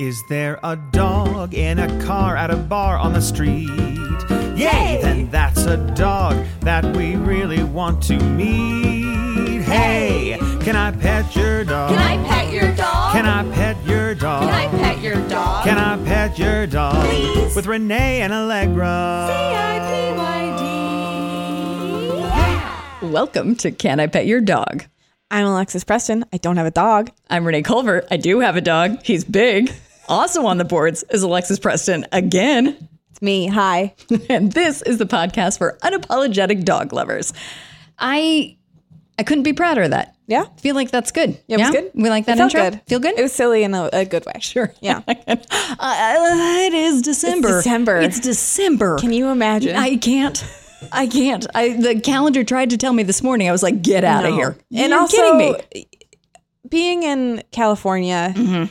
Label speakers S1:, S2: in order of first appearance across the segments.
S1: Is there a dog in a car at a bar on the street? Yay!
S2: Yay!
S1: Then that's a dog that we really want to meet. Hey, can I pet your dog?
S2: Can I pet your dog?
S1: Can I pet your dog?
S2: Can I pet your dog?
S1: Can I pet your dog?
S2: Please.
S1: With Renee and Allegra.
S2: C-I-P-Y-D. Yeah.
S3: Welcome to Can I Pet Your Dog?
S4: I'm Alexis Preston. I don't have a dog.
S3: I'm Renee Culver. I do have a dog. He's big. Also on the boards is Alexis Preston again.
S4: It's me. Hi.
S3: And this is the podcast for unapologetic dog lovers. I I couldn't be prouder of that.
S4: Yeah.
S3: Feel like that's good.
S4: Yeah, it was good.
S3: We like that
S4: it felt
S3: intro.
S4: Good.
S3: Feel good?
S4: It was silly in a, a good way. Sure. Yeah.
S3: Uh, it is December.
S4: December.
S3: It's December.
S4: Can you imagine?
S3: I can't. I can't. I the calendar tried to tell me this morning. I was like, get out of
S4: No.
S3: here.
S4: And
S3: You're
S4: also,
S3: kidding me.
S4: being in California,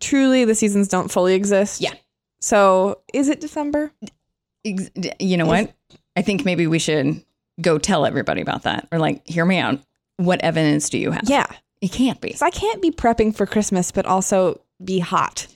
S4: truly the seasons don't fully exist.
S3: Mm-hmm. Yeah.
S4: So is it December?
S3: Ex- d- you know what? I think maybe we should go tell everybody about that or like, hear me out. What evidence do you have?
S4: Yeah.
S3: It can't be.
S4: So I can't be prepping for Christmas, but also be hot.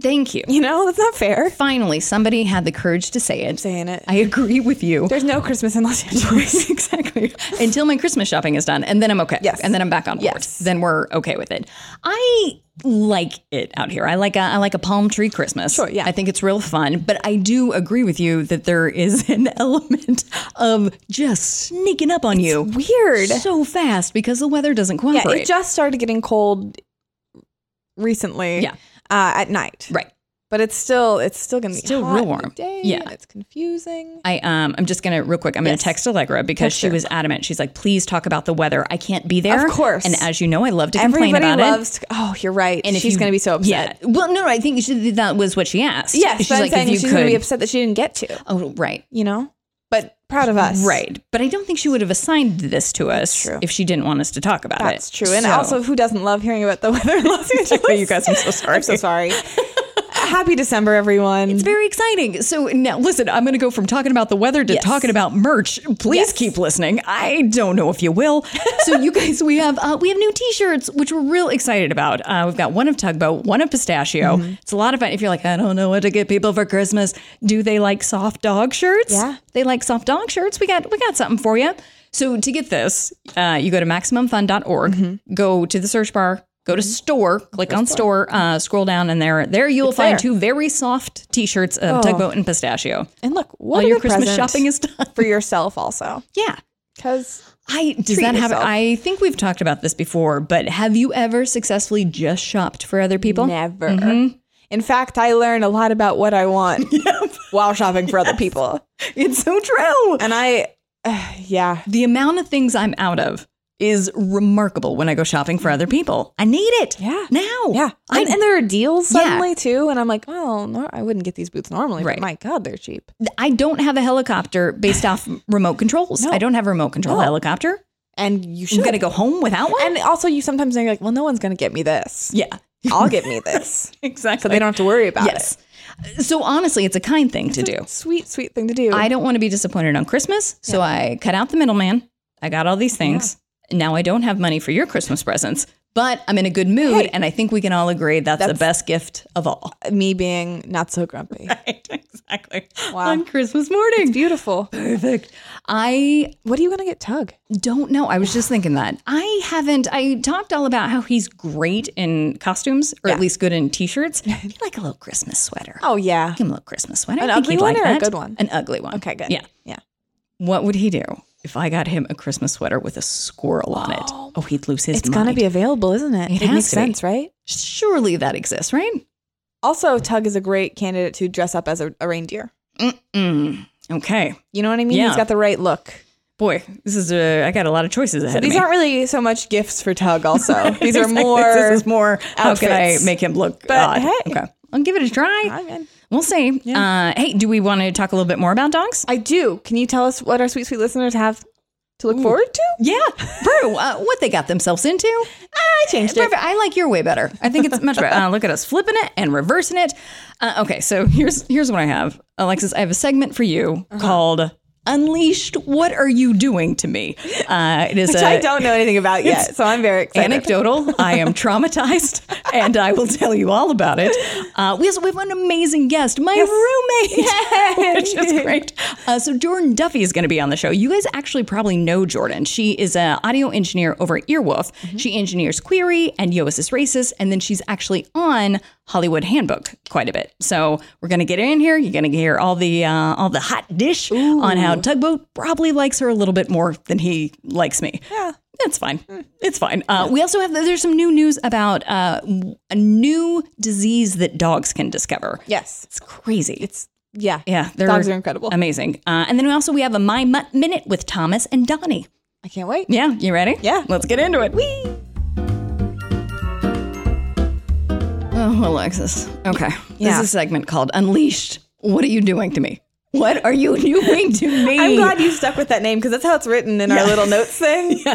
S3: Thank you.
S4: You know, that's not fair.
S3: Finally, somebody had the courage to say it.
S4: Saying it.
S3: I agree with you.
S4: There's no Christmas in Los Angeles.
S3: exactly. Until my Christmas shopping is done, and then I'm okay.
S4: Yes.
S3: And then I'm back on board.
S4: Yes.
S3: Then we're okay with it. I like it out here. I like a, I like a palm tree Christmas.
S4: Sure, yeah.
S3: I think it's real fun, but I do agree with you that there is an element of just sneaking up on you.
S4: Weird.
S3: So fast because the weather doesn't
S4: Yeah,
S3: cooperate.
S4: it just started getting cold recently.
S3: Yeah.
S4: uh, at night.
S3: right.
S4: but it's still it's still gonna be
S3: Still
S4: hot
S3: real
S4: in the
S3: warm.
S4: Day
S3: Yeah.
S4: and it's confusing.
S3: I um I'm just gonna real quick. I'm
S4: Yes.
S3: gonna text Allegra because
S4: Text
S3: she
S4: her.
S3: was adamant. She's like, please talk about the weather. I can't be there.
S4: Of course.
S3: And as you know, I love to complain
S4: Everybody
S3: about it.
S4: loves. to- oh, you're right. And
S3: if
S4: she's
S3: you-
S4: gonna be so upset.
S3: Yeah. Well, no, no, I think she, that was what she asked.
S4: Yes,
S3: she's
S4: but I'm
S3: like,
S4: saying
S3: if you
S4: she's
S3: could.
S4: gonna be upset that she didn't get to.
S3: Oh, right,
S4: You know, but proud of us.
S3: right. But I don't think she would have assigned this to us
S4: true.
S3: if she didn't want us to talk about it.
S4: That's true. And
S3: So-
S4: also, who doesn't love hearing about the weather in Los Angeles?
S3: you guys, I'm so sorry.
S4: I'm so sorry. Happy December, everyone.
S3: It's very exciting. So now, listen, I'm going to go from talking about the weather to
S4: Yes.
S3: talking about merch. Please
S4: Yes.
S3: keep listening. I don't know if you will. so you guys, we have uh, we have new T-shirts, which we're real excited about. Uh, we've got one of tugboat, one of pistachio.
S4: Mm-hmm.
S3: It's a lot of fun. If you're like, I don't know what to get people for Christmas. Do they like soft dog shirts?
S4: Yeah.
S3: they like soft dog shirts. We got we got something for you. So to get this, uh, you go to maximumfun.org.
S4: Mm-hmm.
S3: Go to the search bar. Go to store, click on store, uh, scroll down, and there, there you'll find
S4: there.
S3: two very soft T-shirts of tugboat and pistachio.
S4: and look, what
S3: All
S4: a
S3: your
S4: good
S3: Christmas
S4: present
S3: shopping is done.
S4: for yourself also
S3: Yeah,
S4: because
S3: I does
S4: Treat
S3: that happen?
S4: yourself.
S3: I think we've talked about this before, but have you ever successfully just shopped for other people?
S4: Never. In fact, I learn a lot about what I want while shopping for other people.
S3: It's so true.
S4: And I, uh, yeah,
S3: The amount of things I'm out of is remarkable when I go shopping for other people. I need it.
S4: Mm-hmm. Yeah.
S3: Now.
S4: yeah.
S3: I,
S4: And, and there are deals
S3: Yeah.
S4: suddenly too. And I'm like, oh, no, I wouldn't get these boots normally,
S3: Right.
S4: but my God, they're cheap.
S3: I don't have a helicopter based off remote controls.
S4: No.
S3: I don't have a remote control
S4: No.
S3: helicopter.
S4: And you
S3: I'm
S4: should.
S3: going to go home without one.
S4: and also, you sometimes think like, well, no one's going to get me this.
S3: yeah.
S4: I'll get me this.
S3: Exactly.
S4: So they don't have to worry about
S3: Yes. So honestly, it's a kind thing to do.
S4: it. Sweet, sweet thing to do.
S3: I don't want to be disappointed on Christmas, so I cut out the middleman. I got all these things. Now I don't have money for your Christmas presents, but I'm in a good mood, and I think we can all agree that's, the
S4: That's-
S3: best gift of all.
S4: me being not so grumpy.
S3: exactly.
S4: Wow.
S3: On Christmas morning.
S4: Beautiful.
S3: Perfect. I
S4: What are you going to get, Tug?
S3: don't know. I was just thinking that. I haven't. I talked all about how he's great in costumes, or at
S4: Yeah.
S3: least good in t shirts. like a little Christmas sweater.
S4: Oh, yeah.
S3: Give him a little Christmas sweater.
S4: An
S3: I think
S4: ugly
S3: he'd
S4: one
S3: like
S4: or a
S3: that.
S4: good one?
S3: An ugly one.
S4: Okay, good.
S3: Yeah.
S4: Yeah.
S3: What would he do if I got him a Christmas sweater with a squirrel on it? Oh, he'd lose his
S4: It's
S3: mind.
S4: going to be available, isn't it?
S3: It
S4: it
S3: has
S4: makes
S3: to be.
S4: sense, right?
S3: Surely that exists, right?
S4: Also, Tug is a great candidate to dress up as a, a reindeer.
S3: Mm. Okay.
S4: You know what I mean?
S3: Yeah.
S4: He's got the right look.
S3: Boy, this is a. I got a lot of choices ahead of
S4: These
S3: me.
S4: aren't really so much gifts for Tug, also. These are
S3: It's like,
S4: more.
S3: This is more. How can I
S4: outfits.
S3: make him look
S4: But
S3: odd?
S4: hey.
S3: Okay. I'll give it a try.
S4: I'm in.
S3: We'll see. Uh, hey, do we want to talk a little bit more about dogs?
S4: I do. Can you tell us what our sweet, sweet listeners have to look forward to?
S3: Yeah, Brew, uh, what they got themselves into. I
S4: changed it.
S3: I like your way better. I think it's much better. Uh, look at us flipping it and reversing it. Uh, okay, so here's here's what I have, Alexis. I have a segment for you called Unleashed, what are you doing to me? Uh, it is
S4: Which
S3: a
S4: I don't know anything about yet, so I'm very excited.
S3: anecdotal. I am traumatized, and I will tell you all about it. Uh, we also we have an amazing guest, my roommate, which is great. Uh, so Jordan Duffy is going to be on the show. You guys actually probably know Jordan. She is an audio engineer over at Earwolf. She engineers Query and Yo Is This Racist, and then she's actually on Hollywood Handbook quite a bit. So we're going to get in here. You're going to hear all the uh, all the hot dish on how Tugboat probably likes her a little bit more than he likes me. Yeah. It's fine. It's fine. Uh, we also have there's some new news about uh, a new disease that dogs can discover.
S4: Yes.
S3: It's crazy. It's
S4: Yeah.
S3: yeah, they're
S4: Dogs are incredible.
S3: amazing. Uh, and then also we have a my mutt minute with Thomas and Donnie.
S4: I can't wait.
S3: Yeah, you ready?
S4: Yeah.
S3: let's get into it. Whee! Oh, Alexis. Okay, this
S4: Yeah.
S3: is a segment called Unleashed. What are you doing to me? What are you doing to me?
S4: I'm glad you stuck with that name because that's how it's written in our little notes thing.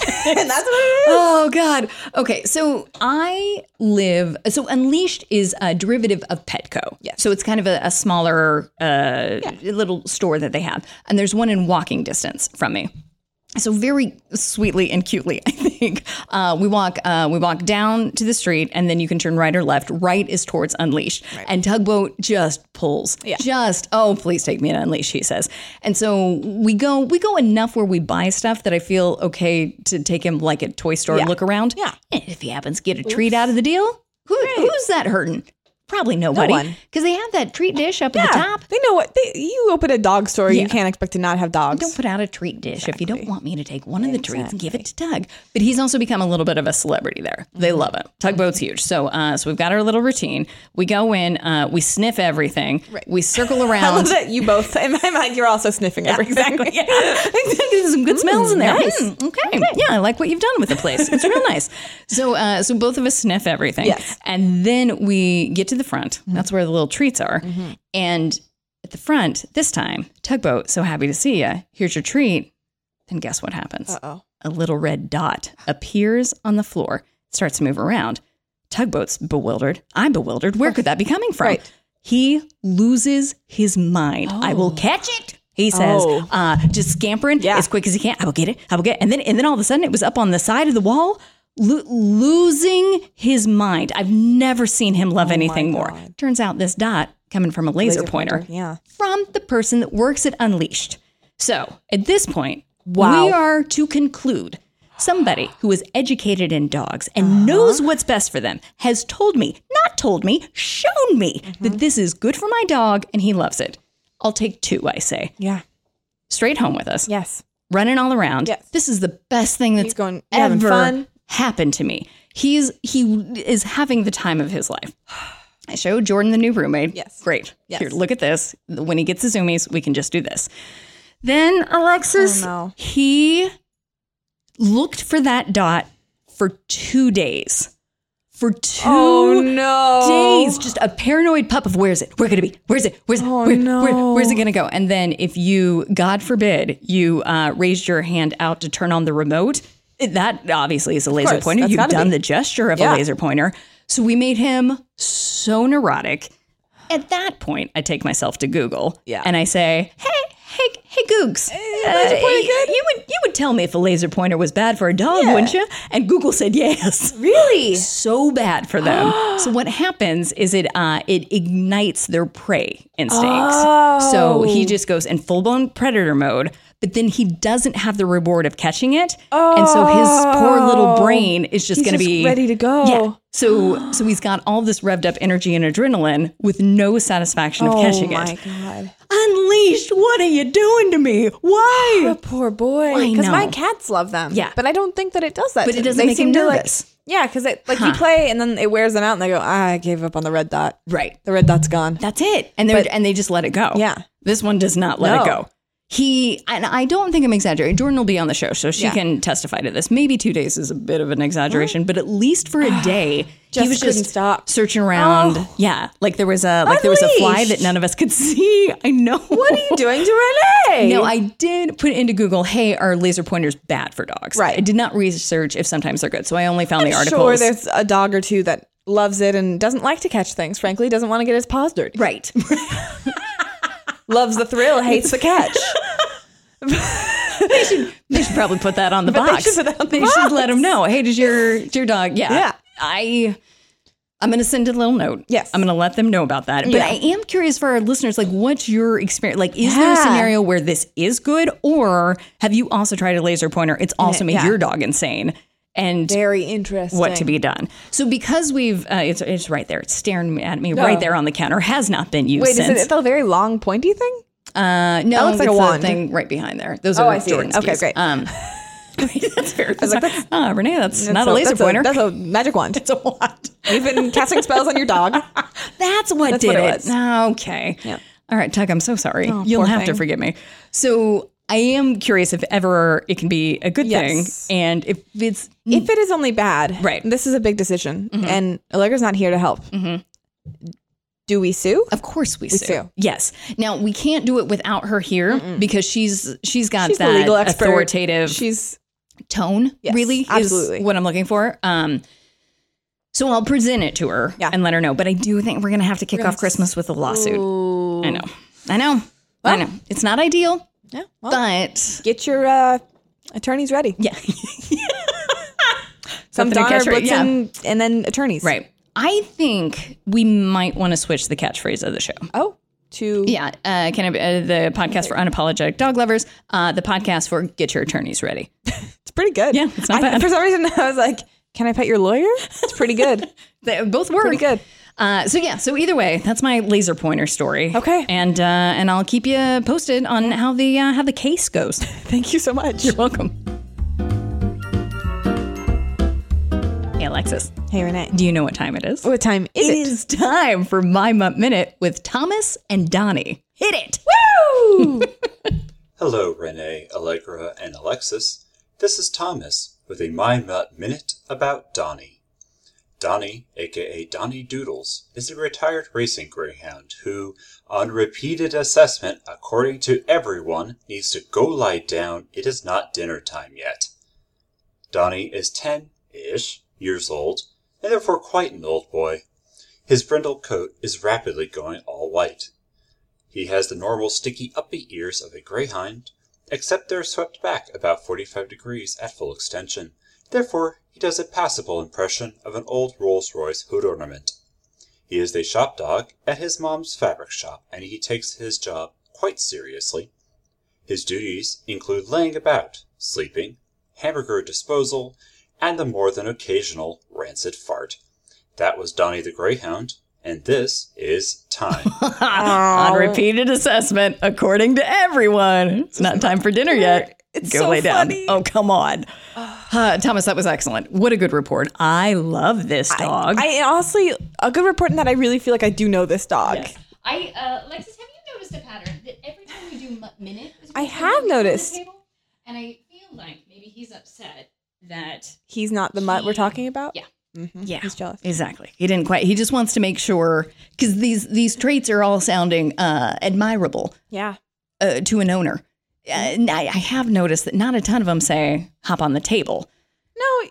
S4: Yeah. and that's what it is.
S3: Oh God. Okay, so I live. So Unleashed is a derivative of Petco. Yeah. So it's kind of a, a smaller uh, little store that they have, and there's one in walking distance from me. So very sweetly and cutely, I think uh, we walk uh, we walk down to the street, and then you can turn right or left. Right is towards Unleashed, and Tugboat just pulls. Just oh, please take me to Unleashed, he says. And so we go we go enough where we buy stuff that I feel okay to take him like a toy store and look around.
S4: Yeah.
S3: And if he happens to get a treat out of the deal, who, who's that hurting? Probably nobody,
S4: one.
S3: because they have that treat dish up at the top.
S4: They know what they, you open a dog store,
S3: Yeah.
S4: you can't expect to not have dogs.
S3: Don't put out a treat dish if you don't want me to take one of the treats and give it to Tug. But he's also become a little bit of a celebrity there. They love him.
S4: Mm-hmm.
S3: Tugboat's huge. So uh, so we've got our little routine. We go in, uh, we sniff everything, we circle
S4: I
S3: around.
S4: love that you both, in my mind, you're also sniffing everything.
S3: Exactly. Yeah. There's some good smells in there.
S4: nice.
S3: Mm, okay. Yeah, I like what you've done with the place. It's real nice. So, uh, so both of us sniff everything.
S4: Yes.
S3: And then we get to the front. That's where the little treats are. And at the front, this time, tugboat. So happy to see you. Here's your treat. Then guess what happens?
S4: Uh-oh.
S3: A little red dot appears on the floor. Starts to move around. Tugboat's bewildered. I'm bewildered. Where could that be coming from?
S4: Right.
S3: He loses his mind. I will catch it. He says,
S4: Oh.
S3: uh, just scampering
S4: Yeah.
S3: as quick as he can. I will get it. I will get it. And then, and then all of a sudden, it was up on the side of the wall, lo- losing his mind. I've never seen him
S4: Oh
S3: love anything more. Turns out this dot coming from a laser, pointer
S4: Yeah.
S3: from the person that works at Unleashed. So at this point,
S4: Wow.
S3: we are to conclude somebody who is educated in dogs and knows what's best for them has told me, not told me, shown me that this is good for my dog and he loves it. I'll take two, I say.
S4: Yeah.
S3: Straight home with us,
S4: Yes.
S3: running all around.
S4: Yes.
S3: This is the best thing that's
S4: He's going- you're having
S3: ever
S4: fun.
S3: happened to me. He's he is having the time of his life. I showed Jordan the new roommate.
S4: Yes.
S3: Great.
S4: Yes.
S3: Here, look at this. When he gets the zoomies, we can just do this. Then Alexis,
S4: Oh, no.
S3: he looked for that dot for two days. For two
S4: Oh, no.
S3: days, just a paranoid pup of where's it? Where could it be? Where's it? Where's it?
S4: Oh,
S3: where,
S4: no.
S3: where- where's it gonna go? And then if you, God forbid, you uh, raised your hand out to turn on the remote, that obviously is a laser
S4: course,
S3: pointer.
S4: that's
S3: You've
S4: gotta
S3: done
S4: be.
S3: the gesture of
S4: Yeah.
S3: a laser pointer. So we made him so neurotic. At that point, I take myself to Google
S4: Yeah.
S3: and I say, "Hey, hey, hey, Googs,
S4: laser
S3: uh,
S4: pointer good?"
S3: you would you would tell me if a laser pointer was bad for a dog, wouldn't you?" And Google said yes
S4: Really?
S3: so bad for them. so what happens is it uh, it ignites their prey instincts. So
S4: Oh.
S3: he just goes in full blown predator mode, but then he doesn't have the reward of catching it, and so his poor little brain is just
S4: Oh. He's
S3: going to
S4: just
S3: be
S4: ready to go.
S3: Yeah. So so he's got all this revved up energy and adrenaline with no satisfaction of
S4: Oh,
S3: catching
S4: my
S3: it.
S4: God.
S3: Hmm. Unleashed! What are you doing to me? Why?
S4: The poor boy. Because
S3: know.
S4: my cats love them.
S3: Yeah.
S4: But I don't think that it does that.
S3: But
S4: to
S3: it
S4: them.
S3: doesn't
S4: They
S3: make him
S4: seem to, like-
S3: nervous.
S4: yeah, because it like you play and then it wears them out and they go, ah, I gave up on the red dot.
S3: Right.
S4: The red dot's gone.
S3: That's it. And they are and they just let it go.
S4: Yeah.
S3: This one does not let it
S4: No.
S3: go. He and I don't think I'm exaggerating. Jordan will be on the show, so she
S4: Yeah.
S3: can testify to this. Maybe two days is a bit of an exaggeration, but at least for a day, he
S4: Just
S3: was
S4: couldn't
S3: just
S4: stop. Oh.
S3: searching around. Yeah, like there was a like there was a fly
S4: Unleashed.
S3: that none of us could see. I know.
S4: What are you doing to Renee?
S3: No, I did put into Google, hey, are laser pointers bad for dogs?
S4: Right.
S3: I did not research if sometimes they're good. So I only found the articles.
S4: sure there's a dog or two that loves it and doesn't like to catch things, frankly, doesn't want to get his paws dirty.
S3: right.
S4: Loves the thrill, hates the catch.
S3: They should probably put that on the
S4: But they
S3: box.
S4: should put that on the
S3: They should let
S4: box.
S3: them know. Hey, did your did your dog? Yeah.
S4: Yeah.
S3: I I'm gonna send a little note.
S4: Yes.
S3: I'm gonna let them know about that. But
S4: Yeah.
S3: I am curious for our listeners, like what's your experience? Like, is there a
S4: Yeah.
S3: scenario where this is good, or have you also tried a laser pointer? It's also made
S4: yeah.
S3: your dog insane. And
S4: Very interesting.
S3: what to be done. So because we've, uh, it's it's right there. It's staring at me right there on the counter. Has not been used
S4: Oh. Wait,
S3: since.
S4: is it the very long pointy thing?
S3: Uh, no,
S4: looks
S3: it's
S4: like a
S3: the
S4: wand.
S3: thing right behind there. Those
S4: Oh,
S3: are
S4: I see.
S3: Jordan's
S4: Okay,
S3: keys.
S4: great.
S3: Um, that's fair. I
S4: like,
S3: Renee, that's, not a laser
S4: that's
S3: pointer.
S4: that's a magic wand.
S3: that's a wand.
S4: You've been casting spells on your dog.
S3: That's what
S4: That's
S3: did
S4: what it
S3: it.
S4: was. Oh,
S3: Okay. All right, Tug, I'm so sorry. You'll
S4: poor
S3: have to
S4: thing.
S3: forgive me. So I am curious if ever it can be a good
S4: Yes. Mm.
S3: thing and if it's
S4: If it is only bad,
S3: Right. Mm-hmm.
S4: This is a big decision, and Allegra's not here to help. Do we sue?
S3: Of course we, sue.
S4: sue.
S3: Yes. Now we can't do it without her here because she's she's got
S4: She's the
S3: that
S4: legal expert.
S3: authoritative
S4: She's
S3: tone.
S4: Yes,
S3: really,
S4: absolutely.
S3: is what I'm looking for. Um, so I'll present it to her
S4: Yeah.
S3: and let her know. But I do think we're gonna have to kick off Christmas with a lawsuit. I know. I know. I know. It's not ideal,
S4: yeah. Well,
S3: but
S4: get your uh, attorneys ready.
S3: yeah,
S4: Some
S3: Something to
S4: Donner
S3: catch right- yeah.
S4: Blitzen and then attorneys.
S3: right. I think we might want to switch the catchphrase of the show.
S4: Oh, to
S3: Yeah, uh, can I, uh, the podcast for unapologetic dog lovers, uh, the podcast for get your attorneys ready.
S4: it's pretty good.
S3: Yeah, it's not
S4: I-
S3: bad.
S4: For some reason, I was like, "Can I pet your lawyer?" It's pretty good.
S3: They both work.
S4: pretty good.
S3: Uh, so yeah, so either way, that's my laser pointer story.
S4: Okay.
S3: and uh, and I'll keep you posted on how the uh, how the case goes.
S4: Thank you so much.
S3: You're welcome. Hey Alexis,
S4: Hey, Renee.
S3: do you know what time it is?
S4: What time is
S3: It
S4: it?
S3: is time for my Mutt minute with Thomas and Donnie. Hit it!
S4: Woo!
S5: Hello, Renee, Allegra, and Alexis. This is Thomas with a My Mutt Minute about Donnie. Donnie, aka Donnie Doodles, is a retired racing greyhound who, on repeated assessment, according to everyone, needs to go lie down. It is not dinner time yet. Donnie is 10 ish years old, and therefore quite an old boy. His brindle coat is rapidly going all white. He has the normal sticky uppy ears of a greyhound, except they're swept back about 45 degrees at full extension. Therefore, he does a passable impression of an old Rolls Royce hood ornament. He is a shop dog at his mom's fabric shop, and he takes his job quite seriously. His duties include laying about, sleeping, hamburger disposal, and the more than occasional rancid fart. That was Donnie the Greyhound, and this is time.
S3: on repeated assessment, according to everyone. It's not time for dinner yet.
S4: It's
S3: Go
S4: so
S3: lay down.
S4: funny.
S3: Oh, come on. Uh, Thomas, that was excellent. What a good report. I love this dog.
S4: I honestly, a good report in that I really feel like I do know this dog.
S2: I, uh, Alexis, have you noticed a pattern that every time we do Mutt Minute, is
S4: I
S2: we
S4: have
S2: put him on the
S4: noticed.
S2: table, And I feel like maybe he's upset that
S4: He's not the mutt we're talking about. Mm-hmm.
S2: Yeah.
S3: yeah,
S4: he's jealous.
S3: Exactly. He didn't quite. He just wants to make sure because these these traits are all sounding uh, admirable
S4: Yeah.
S3: uh, to an owner. Uh, and I, I have noticed that not a ton of them say hop on the table.
S4: No,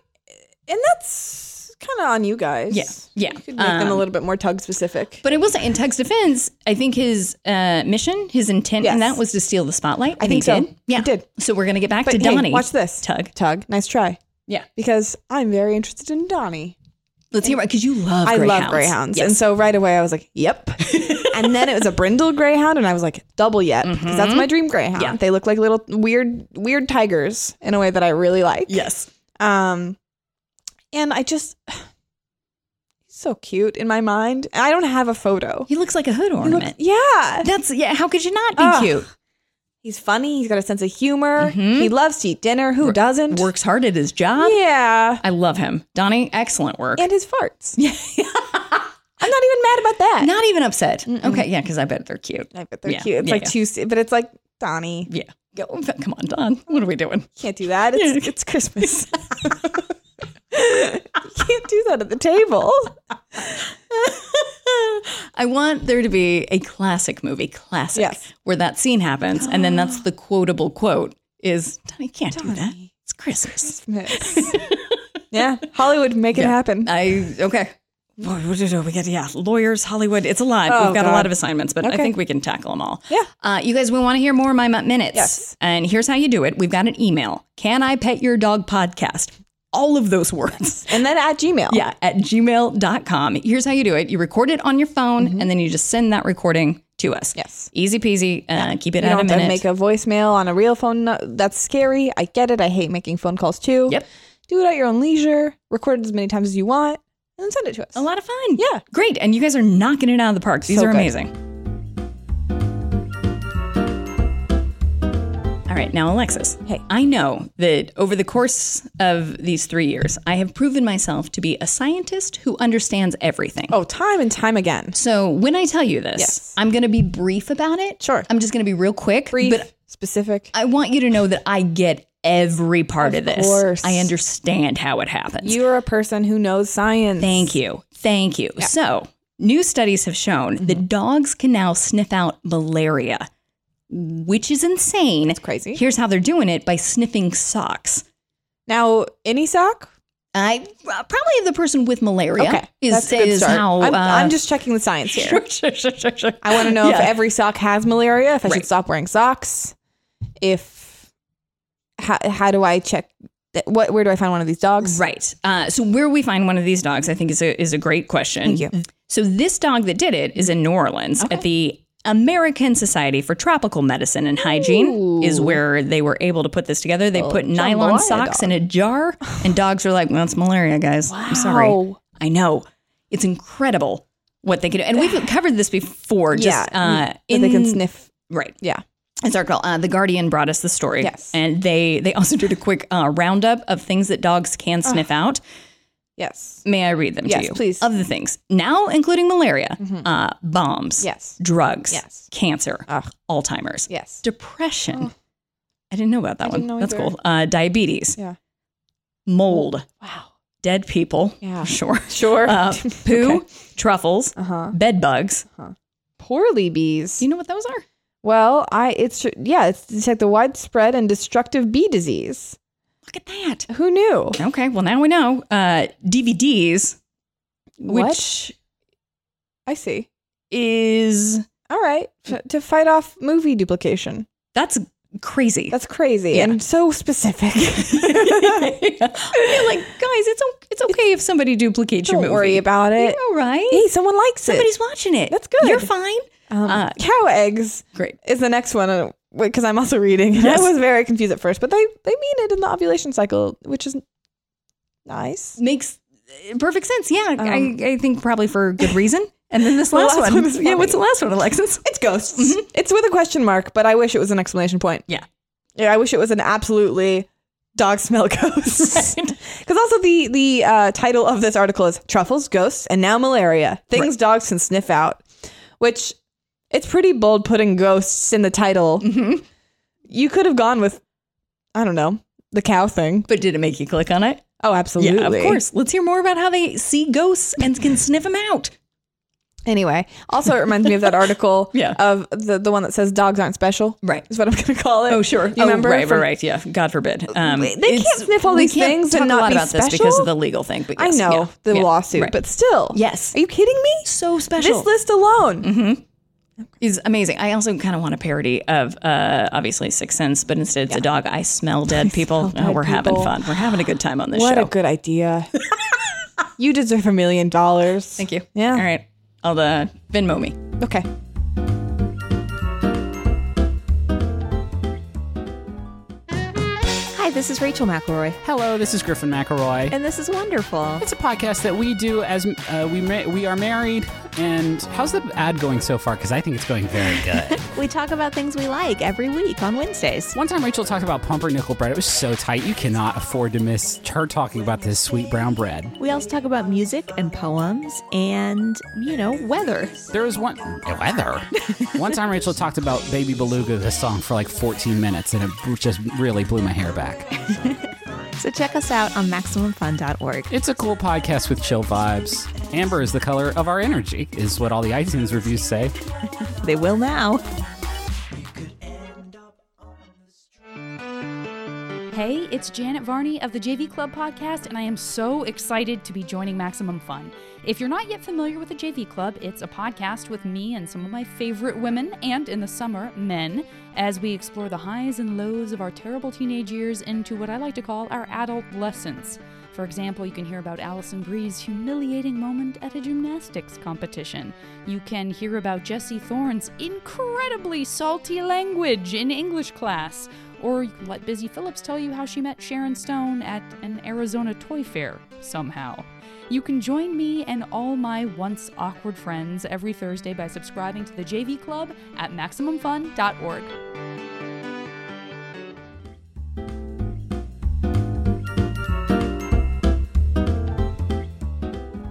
S4: and that's kind of on you guys.
S3: Yeah, yeah. Um,
S4: You could make them a little bit more tug specific.
S3: But I will say, in Tug's defense, I think his uh, mission, his intent in
S4: Yes.
S3: that was to steal the spotlight. and
S4: think
S3: he
S4: so.
S3: Did. Yeah,
S4: He did.
S3: So we're gonna get back to
S4: hey,
S3: Donnie.
S4: watch this.
S3: Tug.
S4: Tug, nice try.
S3: Yeah,
S4: Because I'm very interested in Donnie.
S3: let's hear it because you love.
S4: I
S3: greyhounds.
S4: love greyhounds.
S3: Yes.
S4: And so right away I was like, yep. and then it was a brindle greyhound and I was like, double yet. Because that's my dream greyhound.
S3: Mm-hmm. Yeah.
S4: They look like little weird weird tigers in a way that I really like.
S3: yes,
S4: Um, and I just he's so cute in my mind. And I don't have a photo.
S3: he looks like a hood
S4: He
S3: ornament. Ah.
S4: looks- yeah,
S3: That's yeah. How could you not be
S4: Ugh.
S3: cute?
S4: he's funny. He's got a sense of humor.
S3: Mm-hmm.
S4: He loves to eat dinner. Who doesn't?
S3: Works hard at his job.
S4: Yeah,
S3: I love him, Donnie. Excellent work.
S4: and his farts. Yeah, I'm not even mad about that.
S3: not even upset. Okay, yeah, because I bet they're cute.
S4: I bet they're
S3: Yeah,
S4: cute. It's
S3: yeah,
S4: like
S3: yeah.
S4: two, but it's like Donnie
S3: Yeah. Go- Come on, Don. What are we doing?
S4: can't do that. It's, it's Christmas. You can't do that at the table.
S3: I want there to be a classic movie, classic,
S4: Yes.
S3: where that scene happens, and then that's the quotable quote is Donnie can't do that. It's Christmas.
S4: Christmas. yeah, Hollywood, make it happen.
S3: I okay. What do we do? We get yeah, lawyers, Hollywood. It's a lot.
S4: Oh,
S3: We've got a
S4: God.
S3: lot of assignments, but I
S4: Okay.
S3: think we can tackle them all.
S4: Yeah.
S3: Uh, you guys, we want to hear more of my mutt minutes.
S4: Yes.
S3: And here's how you do it. We've got an email. Can I pet your dog podcast? All of those words.
S4: And then at Gmail.
S3: Yeah, at gmail.com. Here's how you do it. You record it on your phone and then you just send that recording to us.
S4: Mm-hmm. Yes.
S3: Easy peasy. Uh, Keep it
S4: You
S3: at a
S4: don't have
S3: minute.
S4: to make a voicemail on a real phone. No, That's scary. I get it. I hate making phone calls too.
S3: Yep.
S4: Do it at your own leisure. Record it as many times as you want, and then send it to us.
S3: a lot of fun.
S4: Yeah.
S3: Great. And you guys are knocking it out of the park. These
S4: So
S3: are
S4: good.
S3: amazing. All right. Now, Alexis.
S4: Hey.
S3: I know that over the course of these three years, I have proven myself to be a scientist who understands everything.
S4: Oh, time and time again.
S3: So when I tell you this,
S4: Yes.
S3: I'm going to be brief about it.
S4: Sure.
S3: I'm just going to be real quick.
S4: Brief,
S3: But
S4: specific.
S3: I want you to know that I get every part of, this.
S4: course.
S3: I understand how it happens.
S4: you are a person who knows science.
S3: Thank you. Thank you. So, new studies have shown
S4: Mm-hmm.
S3: that dogs can now sniff out malaria, which is insane. That's
S4: crazy.
S3: Here's how they're doing it by sniffing socks.
S4: Now, any sock?
S3: I uh, probably the person with malaria
S4: Okay,
S3: is,
S4: that's a good
S3: is
S4: start.
S3: how
S4: I'm,
S3: uh,
S4: I'm just checking the science here.
S3: sure, sure, sure, sure, sure.
S4: I want to know
S3: Yeah.
S4: if every sock has malaria. If I
S3: Right.
S4: should stop wearing socks. If how, how do I check? That, what where do I find one of these dogs?
S3: Right. Uh, so where we find one of these dogs, I think is a is a great question.
S4: Thank you.
S3: So this dog that did it is in New Orleans at the American Society for Tropical Medicine and Hygiene is where they were able to put this together. They put nylon
S4: jambalaya
S3: socks
S4: Oh, dog.
S3: in a jar, and dogs are like, "Well, it's malaria, guys. I'm sorry.
S4: Wow.
S3: I know. It's incredible what they can do." And we've covered this before. Just
S4: yeah,
S3: uh,
S4: if
S3: in
S4: they can sniff.
S3: right.
S4: Yeah,
S3: It's our call. Uh, the Guardian brought us the story.
S4: Yes.
S3: And they they also did a quick uh, roundup of things that dogs can sniff out.
S4: yes,
S3: May I read them
S4: Yes,
S3: to you?
S4: please. Mm-hmm.
S3: Of the things now, including malaria, uh, bombs,
S4: Yes.
S3: drugs,
S4: Yes.
S3: cancer,
S4: Ugh.
S3: Alzheimer's,
S4: yes,
S3: depression. I didn't know about that
S4: I
S3: one.
S4: didn't know
S3: That's
S4: either.
S3: cool. Uh, diabetes,
S4: yeah,
S3: mold,
S4: wow,
S3: dead people.
S4: Yeah.
S3: sure.
S4: sure,
S3: Uh, poo,
S4: Okay.
S3: truffles,
S4: Uh-huh.
S3: bed bugs.
S4: poorly bees.
S3: Do you know what those are?
S4: Well, I it's tr- yeah, it's to detect the widespread and destructive bee disease.
S3: Look at that.
S4: Who knew?
S3: Okay. Well, now we know. Uh, DVDs,
S4: What?
S3: which
S4: I see.
S3: is
S4: All right, F- to fight off movie duplication.
S3: that's crazy.
S4: That's crazy
S3: Yeah.
S4: and so specific.
S3: I mean, like, guys, it's o- it's okay if somebody duplicates your
S4: Don't
S3: movie.
S4: worry about it.
S3: You're all right.
S4: Hey, someone likes
S3: Somebody's
S4: it.
S3: watching it.
S4: That's good.
S3: You're fine.
S4: Um,
S3: uh,
S4: cow eggs
S3: Great.
S4: is the next one because I'm also reading.
S3: Yes.
S4: I was very confused at first, but they they mean it in the ovulation cycle, which is nice.
S3: Makes uh, perfect sense. Yeah, I, I think probably for good reason. And then this
S4: The
S3: last,
S4: last
S3: one.
S4: one is
S3: yeah, what's the
S4: funny.
S3: last one, Alexis?
S4: It's ghosts. Mm-hmm. It's with a question mark, but I wish it was an exclamation point.
S3: Mm-hmm. Yeah.
S4: Yeah, I wish it was an absolutely dog smell ghosts.
S3: Right.
S4: Because also the the uh, title of this article is truffles, ghosts, and now malaria things dogs can sniff out, which it's pretty bold putting ghosts in the title.
S3: Mm-hmm.
S4: You could have gone with, I don't know, the cow thing.
S3: But did it make you click on it?
S4: Oh, absolutely,
S3: Yeah, of course. Let's hear more about how they see ghosts and can sniff them out.
S4: Anyway, also it reminds me of that article
S3: Yeah.
S4: of the the one that says dogs aren't special.
S3: Right.
S4: is what I'm going to call it.
S3: Oh, sure.
S4: You
S3: oh,
S4: remember?
S3: Right,
S4: from-
S3: right, right. Yeah. God forbid. Um,
S4: They can't
S3: it's-
S4: sniff all
S3: we
S4: these
S3: can't
S4: things and
S3: talk a
S4: not
S3: lot
S4: be
S3: about this because
S4: special?
S3: of the legal thing. But
S4: I
S3: yes,
S4: know
S3: yeah,
S4: the
S3: yeah,
S4: lawsuit,
S3: right.
S4: but still,
S3: Yes.
S4: Are you kidding me?
S3: so special.
S4: This list alone.
S3: is amazing. I also kind of want a parody of uh, obviously Sixth Sense, but instead it's a dog. I smell dead people.
S4: smell
S3: Oh,
S4: dead
S3: we're having
S4: people.
S3: fun. We're having a good time on this
S4: What
S3: show.
S4: a good idea. you deserve a million dollars.
S3: Thank you.
S4: Yeah.
S3: All right. I'll uh, Venmo me.
S4: Okay. Hi, this is Rachel McElroy,
S6: Hello, this is Griffin McElroy.
S4: and this is wonderful.
S6: It's a podcast that we do as uh, we ma- we are married. And how's the ad going so far? Because I think it's going very good.
S7: We talk about things we like every week on Wednesdays.
S6: One time, Rachel talked about pumpernickel bread. It was so tight, you cannot afford to miss her talking about this sweet brown bread.
S7: We also talk about music and poems and, you know, weather.
S6: There was one weather. one time, Rachel talked about Baby Beluga, the song, for like 14 minutes, and it just really blew my hair back.
S7: So check us out on MaximumFun.org.
S6: It's a cool podcast with chill vibes. Amber is the color of our energy, is what all the iTunes reviews say.
S7: They will now.
S8: Hey, everybody. It's Janet Varney of the JV Club podcast, and I am so excited to be joining Maximum Fun. If you're not yet familiar with the JV Club, it's a podcast with me and some of my favorite women, and in the summer, men, as we explore the highs and lows of our terrible teenage years into what I like to call our adult lessons. For example, you can hear about Allison Bree's humiliating moment at a gymnastics competition. You can hear about Jesse Thorne's incredibly salty language in English class. Or you can let Busy Phillips tell you how she met Sharon Stone at an Arizona toy fair somehow. You can join me and all my once awkward friends every Thursday by subscribing to the JV Club at MaximumFun.org.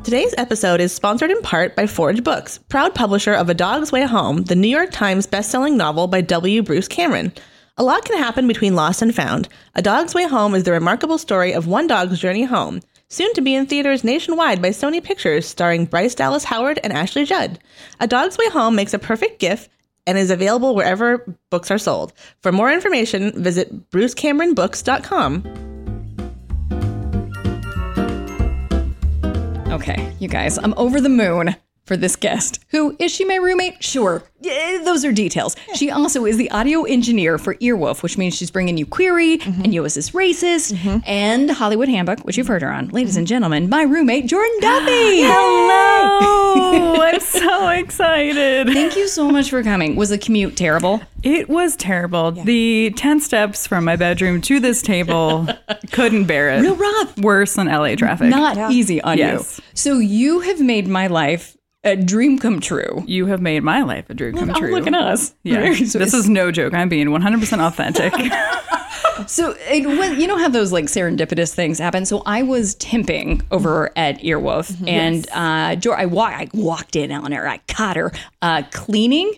S9: Today's episode is sponsored in part by Forge Books, proud publisher of A Dog's Way Home, the New York Times bestselling novel by W. Bruce Cameron. A lot can happen between Lost and Found. A Dog's Way Home is the remarkable story of one dog's journey home, soon to be in theaters nationwide by Sony Pictures, starring Bryce Dallas Howard and Ashley Judd. A Dog's Way Home makes a perfect gift and is available wherever books are sold. For more information, visit brucecameronbooks.com.
S3: Okay, you guys, I'm over the moon for this guest. Who is she my roommate? Sure. Yeah, those are details. She also is the audio engineer for Earwolf, which means she's bringing you Query and Yo Is This Racist and Hollywood Handbook, which you've heard her on. Ladies and gentlemen, my roommate, Jordan Duffy.
S10: Hello! I'm so excited.
S3: Thank you so much for coming. Was the commute terrible?
S10: It was terrible. The 10 steps from my bedroom to this table couldn't bear it.
S3: Real rough.
S10: Worse than LA traffic.
S3: Not easy on
S10: Yes.
S3: you. So you have made my life a dream come true.
S10: you have made my life a dream come
S3: Oh,
S10: true.
S3: look at us.
S10: Yeah.
S3: Very
S10: This
S3: sweet.
S10: is no joke. I'm being 100% authentic.
S3: So it was, you know how those like serendipitous things happen. So I was temping over at Earwolf, and uh, Jor- I, wa- I walked in on her. I caught her uh, cleaning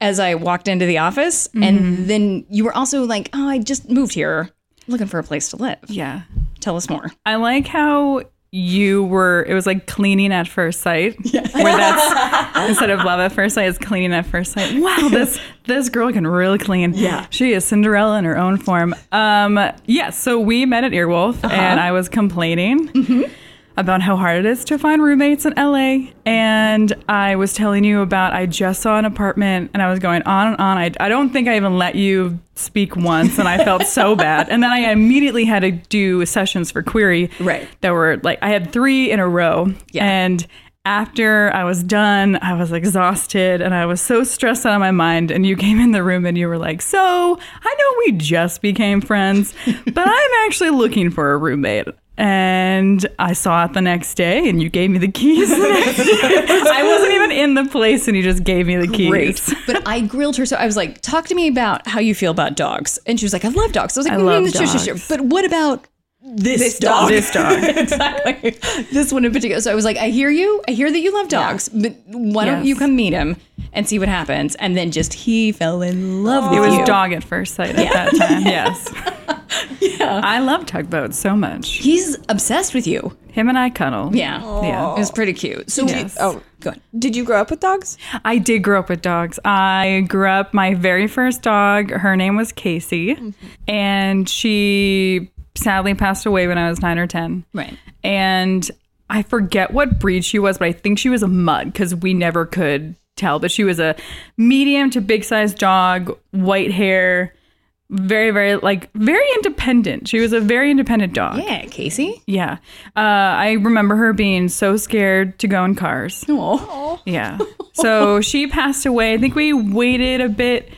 S3: as I walked into the office, and then you were also like, "Oh, I just moved here, looking for a place to live."
S10: yeah.
S3: Tell us more.
S10: I like how you were, it was like cleaning at first sight. Where that's, instead of love at first sight, it's cleaning at first sight. Wow, this, this girl can really clean. Yeah. She is Cinderella in her own form. Um, yeah, so we met at Earwolf and I was complaining. About how hard it is to find roommates in LA. And I was telling you about, I just saw an apartment and I was going on and on. I, I don't think I even let you speak once and I felt so bad. And then I immediately had to do sessions for Query
S3: Right.
S10: that were like I had three in a row.
S3: Yeah.
S10: And after I was done, I was exhausted and I was so stressed out of my mind. And you came in the room and you were like, So I know we just became friends, but I'm actually looking for a roommate. And I saw it the next day, and you gave me the keys. The next day. I wasn't even in the place, and you just gave me the keys.
S3: Great. But I grilled her. So I was like, talk to me about how you feel about dogs. And she was like, I love dogs. I was like, I
S10: love
S3: sure, sure, sure.
S10: dogs.
S3: But what about this, dog?
S10: This dog.
S3: exactly. This one in particular. So I was like, I hear you. I hear that you love dogs, but why don't
S10: Yes.
S3: you come meet him and see what happens? And then just he fell in love
S10: It
S3: with
S10: was
S3: you.
S10: dog at first sight at that time. Yes. yeah. I love tugboats so much.
S3: He's obsessed with you.
S10: Him and I cuddle.
S3: Yeah.
S10: Yeah.
S3: It was pretty cute. So
S10: Yes.
S4: Oh,
S3: good.
S4: did you grow up with dogs?
S10: I did grow up with dogs. I grew up my very first dog, her name was Casey,
S3: Mm-hmm.
S10: and she sadly passed away when I was 9 or 10.
S3: Right.
S10: And I forget what breed she was, but I think she was a mud cuz we never could tell, but she was a medium to big sized dog, white hair, very very like very independent. She was a very independent dog.
S3: Yeah, Casey.
S10: Yeah. Uh, I remember her being so scared to go in cars.
S3: Oh.
S10: Yeah. So she passed away. I think we waited a bit.